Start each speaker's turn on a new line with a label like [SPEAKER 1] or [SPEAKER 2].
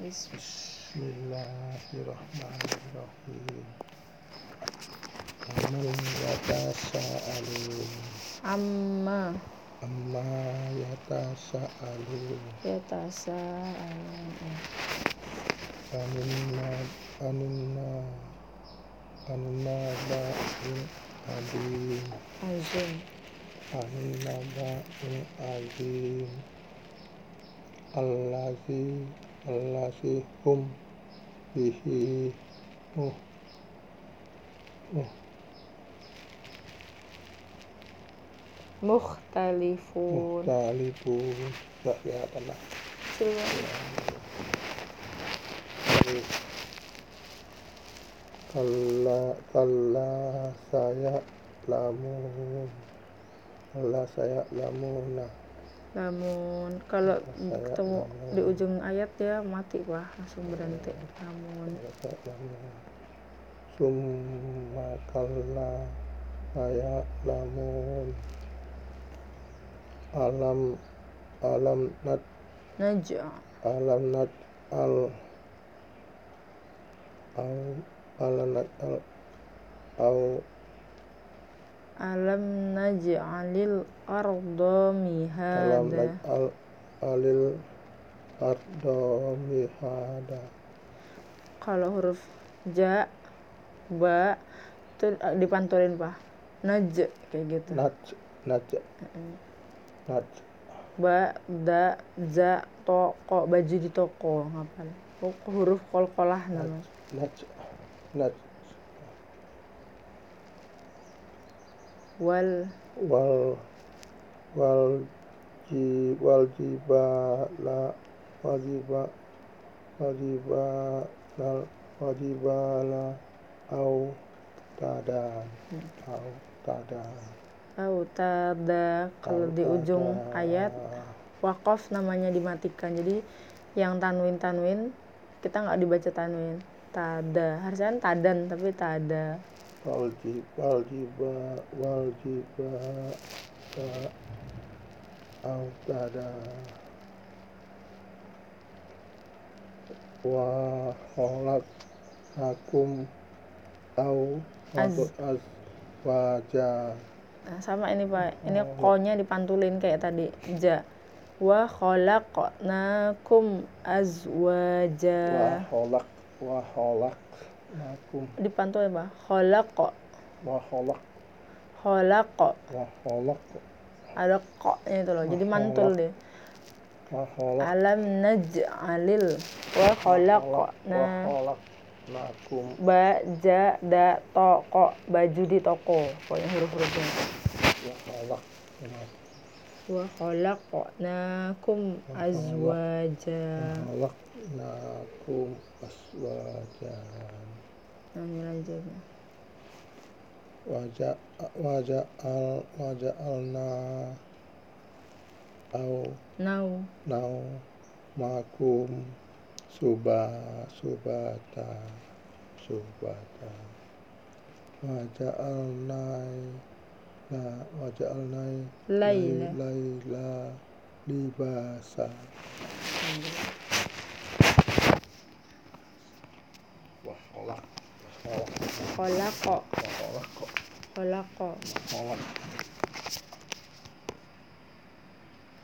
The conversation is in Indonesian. [SPEAKER 1] Bismillah.
[SPEAKER 2] Bismillahirrahmanirrahim. Amal yatasa'alun.
[SPEAKER 1] Amma
[SPEAKER 2] Amma yatasa'alun.
[SPEAKER 1] yatasaalun
[SPEAKER 2] Anunna anunna anunna ba'in adim.
[SPEAKER 1] azim
[SPEAKER 2] Anunna ba'in adim. Allazi allazi hum bihi muh
[SPEAKER 1] mukhtalifun
[SPEAKER 2] Mukhtalifun Gak kelihatan lah
[SPEAKER 1] Coba.
[SPEAKER 2] Ini. Kalla kalla saya lamun Kalla saya Nah, lamuna
[SPEAKER 1] namun kalau
[SPEAKER 2] Saya
[SPEAKER 1] ketemu
[SPEAKER 2] namun.
[SPEAKER 1] di ujung ayat ya mati wah langsung berhenti namun
[SPEAKER 2] Kalla saya lamuna Summa kalla saya lamun Alam alam nat
[SPEAKER 1] najwa
[SPEAKER 2] alam nat al al alam nat al au
[SPEAKER 1] alam naj'alil arda
[SPEAKER 2] Alam
[SPEAKER 1] mihada
[SPEAKER 2] al alil ardo mihada
[SPEAKER 1] kalau huruf ja ba itu eh, dipantulin pak naj kayak gitu
[SPEAKER 2] naj naj naj
[SPEAKER 1] ba da za to ko baju di toko ngapal Pokok huruf kol-kolah namanya
[SPEAKER 2] naj naj
[SPEAKER 1] wal
[SPEAKER 2] wal wal ji wal jibala wajiba wajiba lal wajibala au tadan
[SPEAKER 1] Mm.
[SPEAKER 2] au tadan
[SPEAKER 1] autada kalau di ujung
[SPEAKER 2] Autada.
[SPEAKER 1] ayat wakof namanya dimatikan jadi yang tanwin tanwin kita nggak dibaca tanwin tada harusnya kan tadan tapi tada
[SPEAKER 2] Waljib, waljiba, waljiba, ta- autada, wa kholat akum au
[SPEAKER 1] Az.
[SPEAKER 2] wakut az wajah
[SPEAKER 1] Nah, sama ini Pak. Ini ko-nya dipantulin kayak tadi. Ja. Wa khalaqnakum
[SPEAKER 2] wa
[SPEAKER 1] azwaja.
[SPEAKER 2] kholak wa kholak akum
[SPEAKER 1] Dipantulin Pak. Khalaqa.
[SPEAKER 2] wa kholak
[SPEAKER 1] Khalaqa.
[SPEAKER 2] wa kholak
[SPEAKER 1] Ada ko-nya itu loh. Jadi mantul deh.
[SPEAKER 2] wa kholak
[SPEAKER 1] Alam naj'alil wa
[SPEAKER 2] wa
[SPEAKER 1] khalaqna
[SPEAKER 2] kholak akum
[SPEAKER 1] ba ja da to ko baju di toko. Pokoknya huruf-hurufnya.
[SPEAKER 2] wa kholak
[SPEAKER 1] Wa khalaqnakum azwaja.
[SPEAKER 2] Khalaqnakum aswajan
[SPEAKER 1] Nah, ini lanjutnya.
[SPEAKER 2] wajah wajah al wajah alna au
[SPEAKER 1] Now.
[SPEAKER 2] nau makum suba subata subata wajah alnai na wajah alnai
[SPEAKER 1] Laila.
[SPEAKER 2] laila libasa wah kolak kolak
[SPEAKER 1] Kolako,
[SPEAKER 2] kolak
[SPEAKER 1] kolako,
[SPEAKER 2] kolak